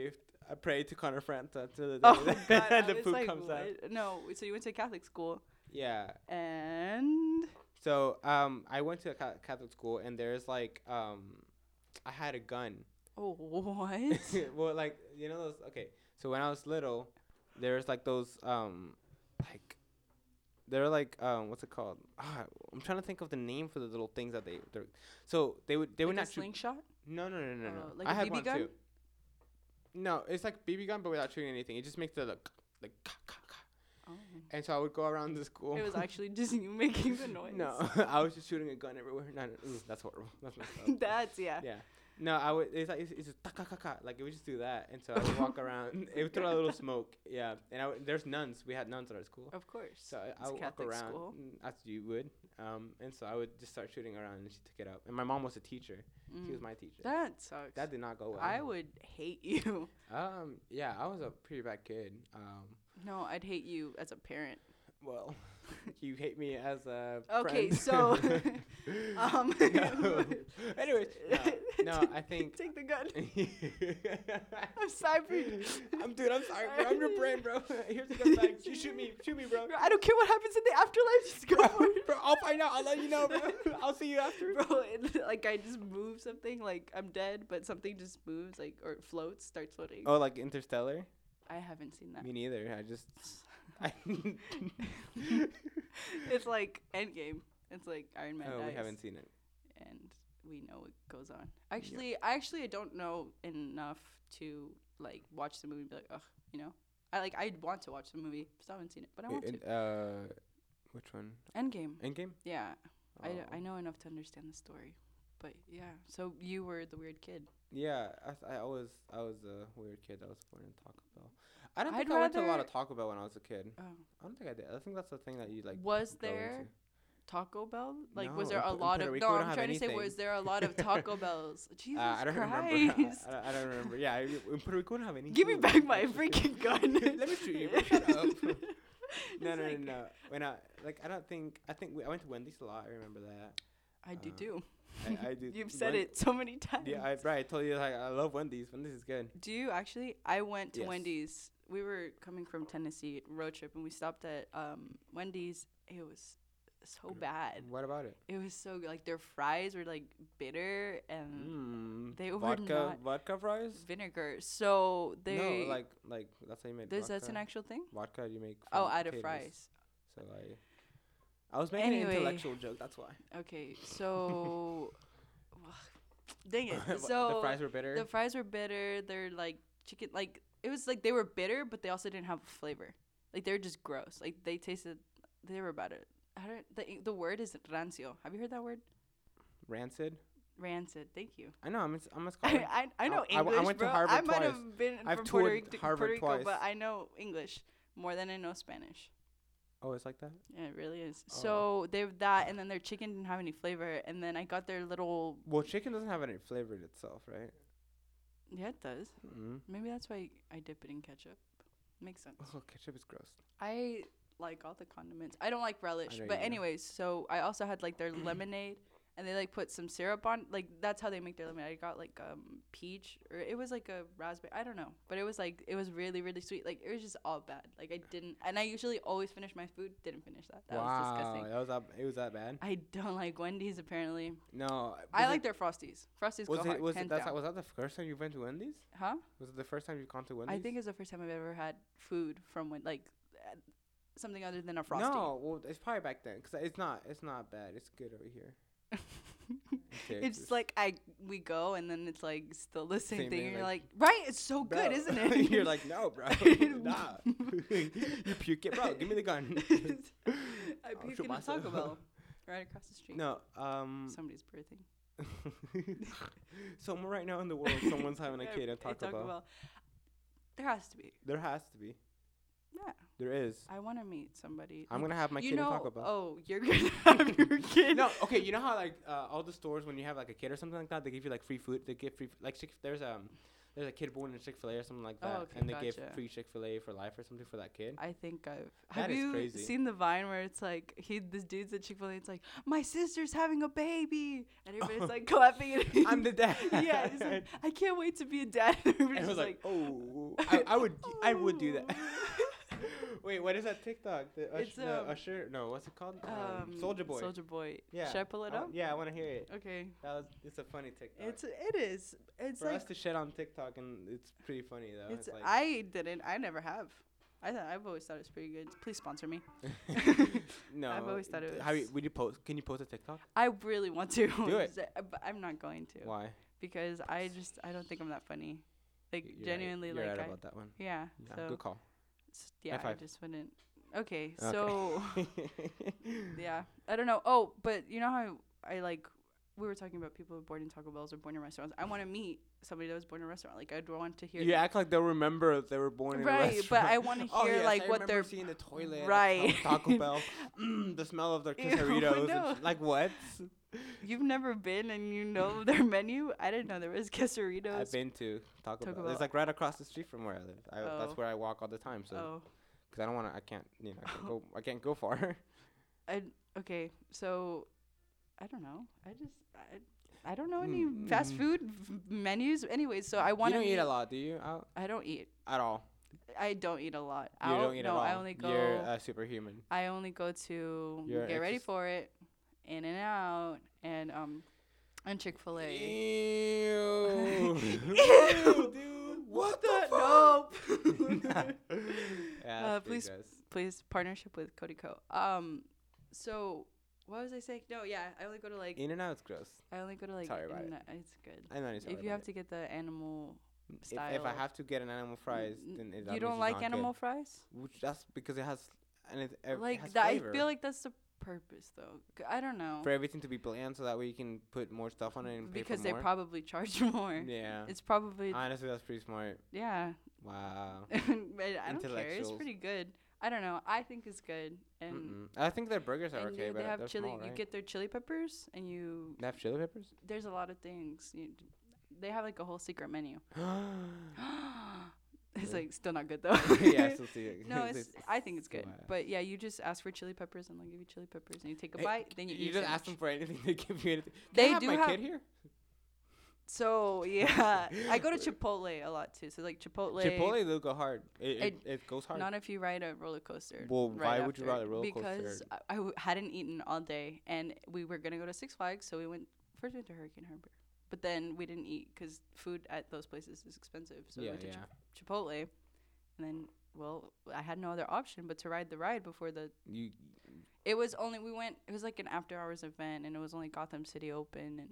B: I pray to Connor Franta to the day *laughs*
A: Oh God, I
B: that the
A: was
B: poop
A: like,
B: comes out.
A: what? No, so you went to Catholic school
B: Yeah.
A: and *laughs*
B: So um, I went to a Ca- Catholic school, and there's like um, I had a gun.
A: oh
B: *laughs*
A: what? *laughs*
B: well, like you know those. Okay, so when I was little, there was like those um, like they're like um, what's it called? Ah, I'm trying to think of the name for the little things that they. They're, so they would they
A: like
B: would
A: a
B: not shoot.
A: slingshot.
B: No, no, no, no, no.
A: Oh, like
B: I
A: a
B: had
A: BB
B: one
A: gun?
B: too. No, it's like BB gun, but without shooting anything. It just makes the look like. ka- ka- ka. *laughs*
A: Oh.
B: And so I would go around the school.
A: It
B: *laughs*
A: was actually just you *laughs* making the noise. *laughs*
B: no, *laughs* I was just shooting a gun everywhere. No, no, ooh, that's horrible. That's messed
A: *laughs*
B: up.
A: that's yeah.
B: Yeah. No, I would. It's like it's, it's just ta ka ka ka. Like it would just do that, and so I would
A: *laughs*
B: walk around. It would throw a little smoke. Yeah, and I would, there's nuns. We had nuns at our school,
A: Of course.
B: so I,
A: It's
B: I would
A: Catholic
B: walk around
A: school.
B: mm, as you would. Um, and so I would just start shooting around, and she took it up. And my mom was a teacher. She was
A: Mm.
B: my teacher. That,
A: That sucks.
B: did not go well.
A: I would hate you. *laughs*
B: Um, yeah, I was a pretty bad kid. Um,
A: No, I'd hate you as a
B: *laughs*
A: parent. *laughs*
B: well, you hate me as a
A: Okay,
B: friend. *laughs*
A: so *laughs* um *laughs*
B: no. Anyways, no, no, I think.
A: take the gun.
B: *laughs*
A: I'm
B: I'm
A: cybered.
B: I'm dude. I'm sorry, bro. I'm your brain, bro. *laughs* Here's the gun back. You shoot me. Shoot me, bro.
A: I don't care what happens in the afterlife. Just
B: *laughs*
A: go for
B: Bro,
A: it.
B: bro, I'll find out. I'll let you know, *laughs* bro. I'll see you
A: *laughs*
B: after.
A: bro it, like i just move something like i'm dead but something just moves like or floats starts floating
B: Oh, like Interstellar?
A: i haven't seen that
B: Me neither. I *laughs* just. I
A: *laughs* it's like endgame it's like iron man
B: oh,
A: dies
B: we haven't seen it.
A: and we know what goes on actually i actually i don't know enough to like watch the movie and be like ugh you know i like i want to watch the movie still haven't seen it but i want
B: And, uh, which one?
A: to endgame
B: Endgame.
A: yeah I, d- I
B: Oh.
A: know enough to understand the story but yeah so you were the weird kid
B: Yeah, I, th- I always I was a weird kid. I was born in Taco Bell. I don't
A: I'd
B: think I went to a lot
A: rather-
B: of Taco Bell when I was a kid.
A: oh.
B: I don't think I did. I think that's the thing that you like.
A: was
B: grow
A: there
B: into.
A: Taco Bell? Like, was
B: No,
A: there
B: in
A: a
B: Pu- in
A: lot
B: Puerto
A: of?
B: Rico,
A: no,
B: we don't
A: I'm
B: have
A: trying to say, was
B: anything.
A: there a lot of
B: *laughs*
A: Taco Bells? Jesus
B: Uh, I don't remember. *laughs*
A: Christ!
B: I, I, don't, I don't remember. Yeah, I, in Puerto Rico, we don't have any.
A: Give me
B: food.
A: back my
B: That's *laughs* just-
A: freaking gun.
B: Let me shoot you. bro.
A: *laughs*
B: Shut up.
A: It's
B: No, no, no,
A: like-
B: no. When I like, I don't think. I think we, I went to Wendy's a lot. I remember that.
A: I do
B: Uh,
A: too. *laughs*
B: I, I did.
A: You've said
B: Wen-
A: it so many times.
B: Yeah, I, right. I told you like I love Wendy's. Wendy's is good.
A: Do you actually? I went to
B: Yes.
A: Wendy's. We were coming from Tennessee road trip, and we stopped at um, Wendy's. It was so bad.
B: What about it?
A: It was so good. like their fries were like bitter and
B: Mm,
A: they were
B: vodka
A: not-
B: vodka fries.
A: vinegar. So they
B: Mm. no, like like that's how you made.
A: There's
B: vodka.
A: that's an actual thing.
B: vodka you make.
A: Oh,
B: from
A: out of
B: potatoes.
A: fries.
B: So I, I was making
A: Anyway.
B: an intellectual joke. That's why.
A: Okay,
B: *laughs*
A: so Ugh, dang
B: What,
A: it. So
B: the fries were bitter.
A: The fries were bitter. They're like chicken. Like it was like they were bitter, but they also didn't have flavor. Like they were just gross. Like they tasted. They were about it. I don't. The, the word is rancio. Have you heard that word?
B: Rancid.
A: Rancid. Thank you. *laughs*
B: I know. I'm. A, s- I'm a scholar.
A: I, I, I know
B: I- I
A: English,
B: w- I went to
A: bro.
B: Harvard
A: I might
B: twice.
A: have been
B: I've
A: from Puerto,
B: toured
A: Ric- to-
B: Harvard
A: Puerto Rico,
B: twice.
A: but I know English more than I know Spanish.
B: oh, it's like that.
A: Yeah, it really is.
B: Oh.
A: So they have that, and then their chicken didn't have any flavor, and then I got their little.
B: Well, chicken doesn't have any flavor in itself, right?
A: Yeah, it does.
B: mm
A: Maybe that's why I dip it in ketchup. Makes sense.
B: Oh, ketchup is gross.
A: I like all the condiments. I don't like relish,
B: know you
A: but
B: do.
A: anyways, so I also had *clears throat* like their lemonade, and they like put some syrup on. Like that's how they make their lemonade. I got like um peach or it was like a raspberry. I don't know, but it was like it was really really sweet. Like it was just all bad. Like I didn't, and I usually always finish my food. Didn't finish that. That was disgusting.
B: that was that. It was that bad.
A: I don't like Wendy's apparently.
B: No, was
A: I
B: it-
A: like their Frosties. Frosties
B: Was
A: go hard,
B: it? Was
A: hands
B: it? That's
A: down.
B: was that the first time you went to Wendy's?
A: huh?
B: Was it the first time you've gone to Wendy's?
A: I think it's the first time I've ever had food from when like uh, something other than a frosty.
B: No, well, it's probably back then because it's not. It's not bad. It's good over
A: *laughs*
B: here.
A: *laughs* It's like I we go and then it's like still the same, thing.
B: Same thing,
A: And you're
B: like,
A: like, right, it's so good,
B: *laughs*
A: isn't it?
B: You're like,
A: *laughs*
B: no, bro, *laughs* nah. you puke it, bro. Give me
A: *laughs*
B: the *laughs*
A: I
B: gun. I'll
A: peeked
B: shoot
A: in a
B: myself.
A: Taco
B: *laughs*
A: Bell right across the street.
B: Oh, no, um.
A: Somebody's birthing.
B: *laughs* somewhere right now in the world, someone's
A: *laughs*
B: having a kid at Taco, Bell.
A: There has to be.
B: There has to be.
A: Yeah,
B: There is.
A: I want to meet somebody.
B: I'm
A: Like,
B: gonna have my
A: you
B: kid
A: know,
B: at Taco Bell.
A: Oh, you're gonna *laughs* have
B: *laughs*
A: your kid.
B: no, okay. You know how like uh, all the stores when you have like a kid or something like that, they give you like free food. They give free like Chick- there's um there's a kid born in Chick Fil A or something like
A: Oh,
B: that,
A: okay,
B: and they give
A: gotcha.
B: free Chick Fil A for life or something for that
A: *laughs*
B: kid.
A: I think I've.
B: That
A: have
B: is
A: you
B: crazy.
A: seen the Vine where it's like he, this dude's at Chick Fil A. It's like my sister's having a baby, and everybody's
B: *laughs*
A: like clapping. And
B: I'm the *laughs* dad.
A: *laughs* yeah, he's like, I can't wait to be a dad. *laughs* And
B: and
A: everybody's
B: I was
A: just
B: like,
A: like,
B: oh,
A: *laughs*
B: I, I would, I would do that.
A: "Ooh."
B: Wait, what is that TikTok? The, Ush-
A: It's,
B: the
A: um,
B: Usher? No, what's it called? Um, Soldier Boy.
A: Soldier Boy.
B: Yeah,
A: Should I pull it
B: I
A: up?
B: wa- yeah, I want to hear it.
A: Okay.
B: That was, it's a funny TikTok.
A: It's it is. It's
B: for
A: like
B: us to shit on TikTok, and it's pretty funny though.
A: it's.
B: It's, like,
A: I didn't. I never have. I thought I've always thought it's pretty good. Please sponsor me.
B: no,
A: I've always thought it
B: How you,
A: was-
B: would you post? Can you post a TikTok?
A: I really want to. uh, *laughs*
B: Do it.
A: but I'm not going to
B: Why?
A: because I just I don't think I'm that funny. Like
B: You're right.
A: genuinely,
B: You're
A: like
B: right
A: I,
B: about that one.
A: yeah.
B: Yeah,
A: So
B: good call.
A: s- yeah, I
B: five.
A: just wouldn't. Okay,
B: Okay.
A: so. *laughs* yeah i don't know oh but you know how i like we were talking about people born in taco bells or born in restaurants i want to meet somebody that was born in a restaurant like i'd want to hear
B: You act like they'll remember they were born in a
A: right but i
B: restaurant.
A: want to hear
B: *laughs* Oh, yes,
A: like
B: I
A: what
B: remember
A: they're
B: seeing the toilet at
A: Right.
B: Ta-
A: *laughs*
B: Taco Bell. Mm, the smell of their
A: Ew,
B: quesadillas.
A: no.
B: and sh- like what?
A: you've never been and you know *laughs* their menu i didn't know there was quesaritos
B: I've been to Taco,
A: Taco
B: Bell.
A: Bell.
B: It's like right across the street from where I live. I,
A: Oh.
B: That's where I walk all the time. So
A: oh
B: because I don't want to, I can't, you know, I can't go, I can't go far. *laughs*
A: I, Oh, okay so i don't know i just i, I don't know any
B: Mm,
A: fast
B: mm.
A: food v- menus anyways so i
B: you
A: want to
B: don't eat a lot, do you? Out
A: i don't eat
B: at all?
A: i don't eat a lot
B: You
A: Out?
B: don't eat
A: no
B: at all.
A: i only go
B: You're a superhuman.
A: I only go to
B: You're
A: get ready
B: ex-
A: for it, In and Out, and um, and Chick Fil A. *laughs* Ew,
B: Ew. dude. What the fuck?
A: Nope. *laughs*
B: *laughs*
A: Uh,
B: yeah, that's pretty
A: please-
B: gross.
A: Please partnership with Cody Co. Um, so what was I saying? No, yeah, I only go to like
B: In and out's gross.
A: I only go to like.
B: Sorry about it.
A: In- It's good.
B: I know.
A: if you have to get the animal
B: if,
A: style,
B: if I have to get an animal fries,
A: N-
B: then it, that
A: you
B: means
A: don't
B: it's
A: like
B: not good.
A: animal fries?
B: Which that's because it has and it, ev- it has
A: Like that, I
B: flavor.
A: feel like that's the purpose though. C- I don't know
B: for everything to be bland, so that way you can put more stuff on it and pay
A: because
B: for
A: they
B: more.
A: probably charge *laughs* more.
B: yeah.
A: It's probably
B: Honestly, that's pretty smart.
A: yeah.
B: Wow.
A: *laughs* but I don't care. It's
B: Intellectuals.
A: pretty good. I don't know. I think it's good. And,
B: Mm-mm. I think their burgers are
A: and
B: okay,
A: you,
B: but
A: they have
B: they're
A: chili.
B: small, right?
A: You get their chili peppers, and you
B: They have chili peppers. *gasps*
A: *laughs* there's a lot of things. You, they have like a whole secret menu. *gasps* it's
B: Really?
A: like still not
B: *laughs*
A: good though. *laughs*
B: yeah, I still see it. *laughs*
A: no, it's. I think it's
B: still
A: good.
B: bad.
A: But yeah, you just ask for chili peppers, and they'll give you chili peppers, and you take a
B: Hey,
A: bite. Then you,
B: you
A: eat
B: just ask
A: sandwich.
B: them for anything, they give you anything. Can
A: They
B: I have
A: do
B: my
A: have-
B: kid here?
A: So *laughs* yeah, I go to
B: *laughs*
A: Chipotle a lot too. So like Chipotle.
B: Chipotle, they'll go hard. It, it,
A: It-
B: it goes hard.
A: Not if you ride a roller coaster.
B: Well,
A: right
B: why would you
A: after.
B: ride a roller
A: because
B: coaster?
A: I I w- hadn't eaten all day, and we were gonna go to Six Flags, so we went first went to Hurricane Harbor, but then we didn't eat because food at those places is expensive. So we
B: yeah,
A: went to
B: yeah.
A: Chip- Chipotle, and then well, I had no other option but to ride the ride before the
B: You
A: It was only we went. It was like an after hours event, and it was only Gotham City open, and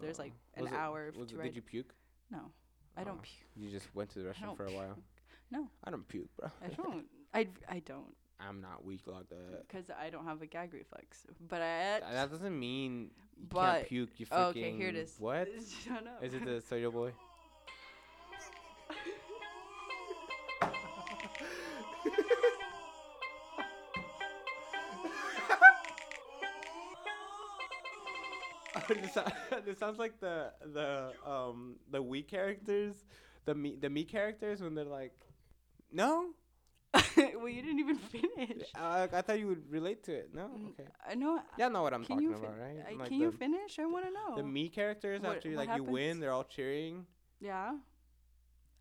A: there's like
B: Uh,
A: an
B: was it-
A: hour
B: was
A: to
B: it-
A: ride.
B: Did you puke?
A: no, I
B: Oh.
A: don't. Puke.
B: You just went to the restroom
A: don't
B: for a while.
A: No.
B: I don't puke, bro.
A: *laughs* I don't. I I don't
B: *laughs* I'm not weak like that.
A: because I don't have a gag reflex. But I.
B: Th- Uh. That doesn't mean you can't
A: But-
B: puke. You freaking.
A: oh, okay, here it is.
B: What
A: *laughs* Shut up.
B: is it? The Soulja Boy. *laughs* this, sou- *laughs* this sounds like the the um the we characters, the me the me characters when they're like, no,
A: *laughs* well, you didn't even finish.
B: I, I thought you would relate to it. No,
A: Mm,
B: okay,
A: I know.
B: y'all know what I'm
A: Can
B: talking
A: you
B: about,
A: fin-
B: right?
A: I-
B: Like
A: can
B: the,
A: you finish? I want to know.
B: the me characters
A: What-
B: after you
A: what
B: like you win,
A: happens?
B: they're all cheering.
A: yeah.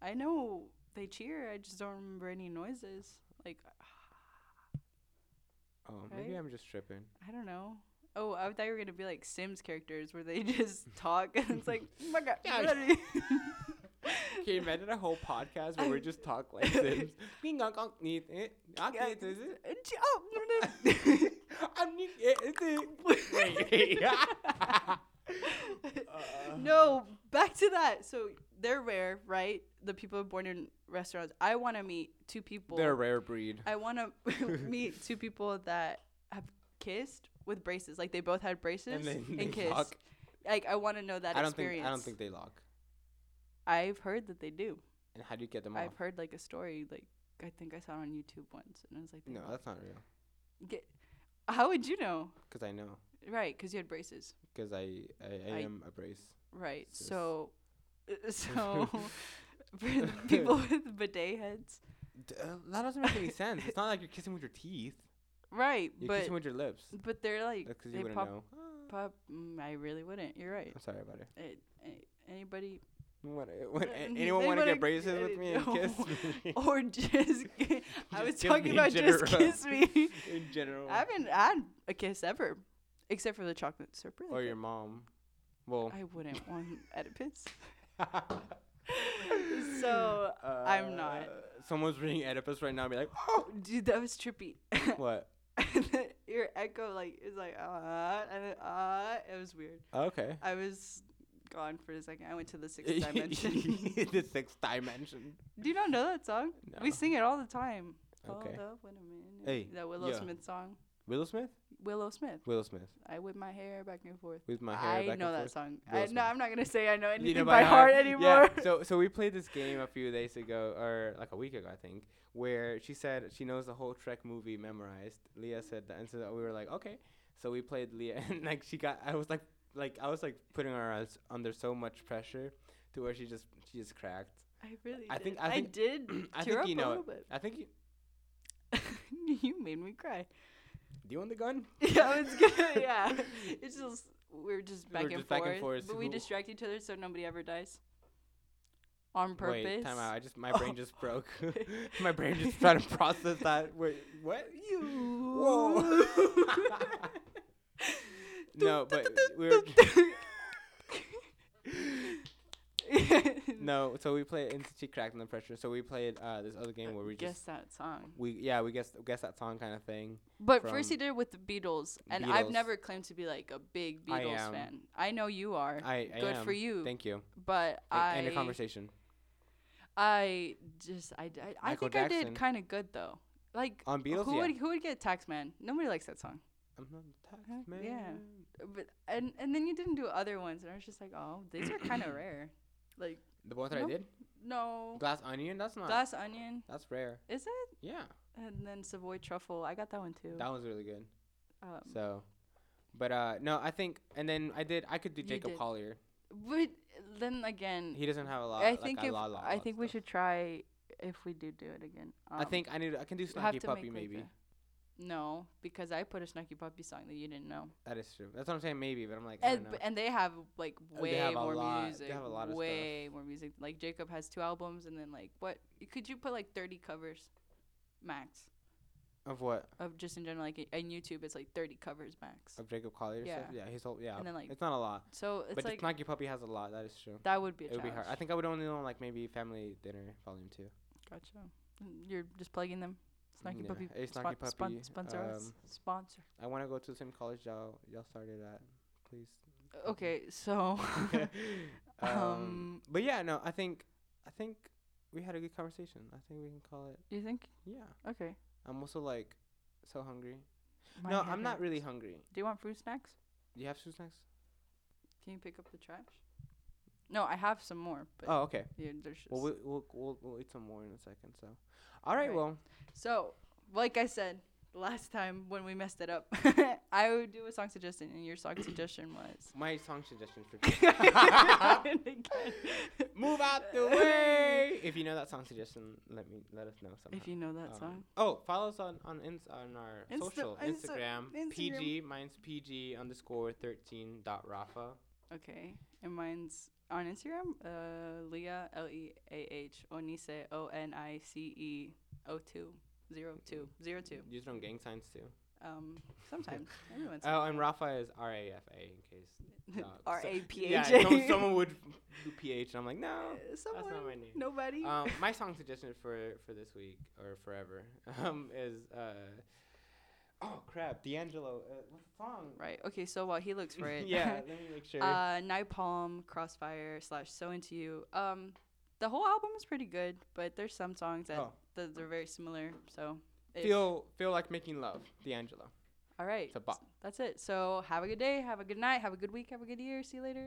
A: I know they cheer. I just don't remember any noises. Like
B: Oh, maybe
A: Right?
B: I'm just
A: *laughs*
B: tripping.
A: I don't know. Oh, I thought you were gonna be like Sims characters where they *laughs* just talk and it's like, oh my god,
B: *laughs* Yeah,
A: ready."
B: Can you imagine a whole podcast where we just talk
A: *laughs*
B: like Sims? Bing, gong, gong, need it. I
A: Yeah.
B: need this, eh,
A: *laughs*
B: it.
A: And she- oh, no, no. *laughs*
B: I need it, it's it. *laughs* Wait. Uh.
A: no, back to that. So they're rare, right? The people born in restaurants. I want to meet two people.
B: They're a rare breed.
A: I want
B: *laughs*
A: to meet two people that have kissed with braces. Like they both had braces and,
B: then they
A: kissed.
B: fuck.
A: Like I want to know that
B: I don't
A: experience.
B: think I don't think they lock.
A: I've heard that they do.
B: And how do you get them off?
A: I've heard like a story. Like I think I saw it on YouTube once, and I was like, they
B: No,
A: lock-
B: that's not real.
A: Get- how would you know?
B: Because I know.
A: Right, because you had braces.
B: Because I, I, I,
A: I-
B: am a brace.
A: Right.
B: Sis.
A: So, *laughs* uh,
B: *laughs*
A: so for the people with bidet heads.
B: D- uh, that doesn't make any sense. It's not like you're kissing with your teeth.
A: Right,
B: You're
A: but
B: kissing with your lips.
A: but they're like
B: Because you
A: they
B: wouldn't
A: pop *laughs*
B: know.
A: pop. Mm, I really wouldn't. You're
B: *laughs*
A: right.
B: I'm sorry about it.
A: It, a-
B: *laughs*
A: anybody
B: What, what,
A: Uh,
B: anyone
A: they
B: want to
A: wanna-
B: get braces
A: *laughs*
B: with
A: uh,
B: me and
A: no. Oh.
B: kiss me?
A: or just ki- I was
B: Just kiss me
A: talking
B: in
A: about just
B: general.
A: kiss
B: *laughs*
A: me.
B: *laughs*
A: *laughs*
B: in general.
A: I haven't had a kiss ever, except for the chocolate surprise.
B: or your mom. Well,
A: I
B: *laughs*
A: wouldn't want Oedipus. so I'm not.
B: uh, Someone's reading Oedipus right now and
A: *laughs*
B: be like, oh,
A: Dude, that was trippy. *laughs*
B: what?
A: your echo like is like ah and then ah. It was weird.
B: Okay.
A: I was gone for a second. I went to the
B: *laughs*
A: sixth dimension.
B: the sixth dimension.
A: Do you not know that song?
B: No.
A: We sing it all the time.
B: Okay.
A: Hold up, wait a
B: Hey,
A: minute. that Willow
B: yeah.
A: Smith song.
B: Willow Smith?
A: Willow Smith.
B: Willow Smith.
A: I whip my hair back and forth.
B: With my hair
A: I
B: back
A: know
B: and
A: that
B: forth.
A: song.
B: Will
A: I, no,
B: Smith.
A: I'm not gonna say I know anything
B: You know
A: by heart, anymore.
B: Yeah. So so we played this game a few days ago, or like a week ago, I think, where she said she knows the whole Trek movie memorized. Leah said that, and so we were like, okay. So we played Leah, *laughs* and like she got, I was like, like I was like putting her as under so much pressure, to where she just she just cracked.
A: *laughs* I really.
B: I think-
A: did.
B: I think-
A: did.
B: *clears throat* I
A: tear
B: think
A: up
B: you
A: a
B: know
A: little
B: I think you
A: bit. *laughs* you made me
B: *laughs*
A: cry. *laughs*
B: do you want the gun?
A: Yeah, I was good. *laughs* Yeah, it's just we were just back,
B: were
A: and,
B: just
A: forth,
B: back and forth,
A: but we
B: who-
A: distract each other so nobody ever dies. On purpose.
B: Wait, time out. I just
A: *laughs*
B: my brain
A: Oh.
B: just broke. *laughs* my brain just trying to process that. Wait,
A: *laughs*
B: what?
A: You. *laughs*
B: Whoa. no, but we were. *laughs* No, so we played and she cracked under pressure. So we played uh, this other game where we
A: guess
B: just
A: that song.
B: we yeah we guess guess that song kind of thing.
A: But first he
B: from
A: did it with the Beatles, and I've
B: Beatles.
A: never claimed to be like a big
B: I
A: Beatles
B: am.
A: fan. I know you are,
B: I, I
A: Good
B: am.
A: for you.
B: Thank you.
A: but
B: Thank- End of
A: I
B: conversation.
A: I just I d- I, I
B: Michael
A: think I did
B: Jackson.
A: kind of good though. Like
B: On Beatles,
A: who
B: yeah.
A: would who would get Taxman? Nobody likes that song.
B: I'm not a tax
A: Huh?
B: man.
A: Yeah. But and and then you didn't do other ones, and I was just like, oh, these are
B: *clears throat*
A: kind of rare. Like
B: The one that I
A: No.
B: did,
A: no,
B: glass onion. That's not.
A: glass onion
B: that's rare.
A: is it?
B: Yeah,
A: And then Savoy truffle. I got that one too.
B: that was really good.
A: Um,
B: So, but uh no, I think and then I did. I could do
A: You
B: Jacob
A: did.
B: Collier.
A: but then again,
B: He doesn't have a lot.
A: I
B: like,
A: think
B: a
A: if,
B: lot, lot,
A: I
B: lot
A: think we
B: stuff.
A: should try if we do do it again.
B: I
A: Um,
B: think I need. I can do
A: we'll have
B: Snarky
A: to make,
B: Puppy
A: like,
B: maybe.
A: a- no, because I put a Snarky Puppy song that you didn't know,
B: That is true. That's what I'm saying. Maybe, but I'm like. I
A: and
B: don't know.
A: b- and they have like
B: they
A: way
B: have a
A: more
B: lot- they
A: music.
B: have a lot of stuff.
A: way more music. Like Jacob has two albums, and then like what could you put like thirty covers, max
B: Of what?
A: of just in general like i- on YouTube it's like thirty covers max.
B: Of Jacob Collier. Yeah. Stuff? Yeah. His whole. Yeah.
A: And then, like,
B: it's not a lot.
A: So it's
B: but
A: like
B: Snarky Puppy has a lot. That is true.
A: that would be a
B: It would be hard. I
A: challenge.
B: think I would only know like maybe Family Dinner Volume Two.
A: Gotcha. Mm, You're just plugging them. Snarky
B: Yeah,
A: Puppy.
B: a Snarky Puppy,
A: sponsor us.
B: um, *laughs*
A: Sponsor.
B: I want to go to the same college y'all y'all started at,
A: *laughs*
B: please. *laughs*
A: Okay, so *laughs*
B: um,
A: Um,
B: but yeah, no, I think I think we had a good conversation. I think we can call it.
A: you think?
B: Yeah,
A: Okay.
B: I'm also like so hungry.
A: my
B: no,
A: head
B: I'm not
A: hurts.
B: really hungry.
A: Do you want fruit snacks?
B: Do you have fruit snacks?
A: Can you pick up the trash? No, I have some more, but
B: Oh, okay.
A: yeah, there's just
B: Well, we- we'll we'll we'll eat some more in a second. So, all right.
A: Right.
B: Well,
A: So, like I said last time when we messed it up, *laughs* I would do a song suggestion, and your song suggestion was.
B: my song suggestion
A: *laughs*
B: for
A: if
B: *laughs* move out the way. If you know that song suggestion, let me let us know somehow.
A: you know that
B: Um,
A: song,
B: Oh, follow us on on, ins- on our
A: Insta-
B: social
A: Insta-
B: Instagram,
A: Instagram.
B: PG mine's PG underscore thirteen dot Rafa.
A: okay, and mine's on Instagram, uh, Leah L E A H Onise O N I C E O two zero two zero two.
B: Use it on gang signs too.
A: Um,
B: *laughs*
A: sometimes everyone's
B: Oh, and Rafa is R A F A in
A: *laughs*
B: case. uh, so-
A: R A P
B: Yeah,
A: H *laughs*
B: some-
A: A.
B: someone would do PH, and I'm like, no, that's
A: Someone,
B: not my
A: *laughs*
B: name.
A: nobody.
B: Um, my song suggestion for for this week or forever *laughs* um, is uh, oh crap, D'Angelo. Uh, what's the song?
A: Right. Okay. So while he looks for it,
B: *laughs*
A: *laughs*
B: yeah, let me make sure.
A: uh, Napalm, Crossfire, slash So Into You. Um, the whole album is pretty good, but there's some songs that
B: Oh.
A: that they're very similar. So, if-
B: feel feel like making love, D'Angelo.
A: all right,
B: It's a bop.
A: that's it. So have a good day, have a good night, have a good week, have a good year. See you later.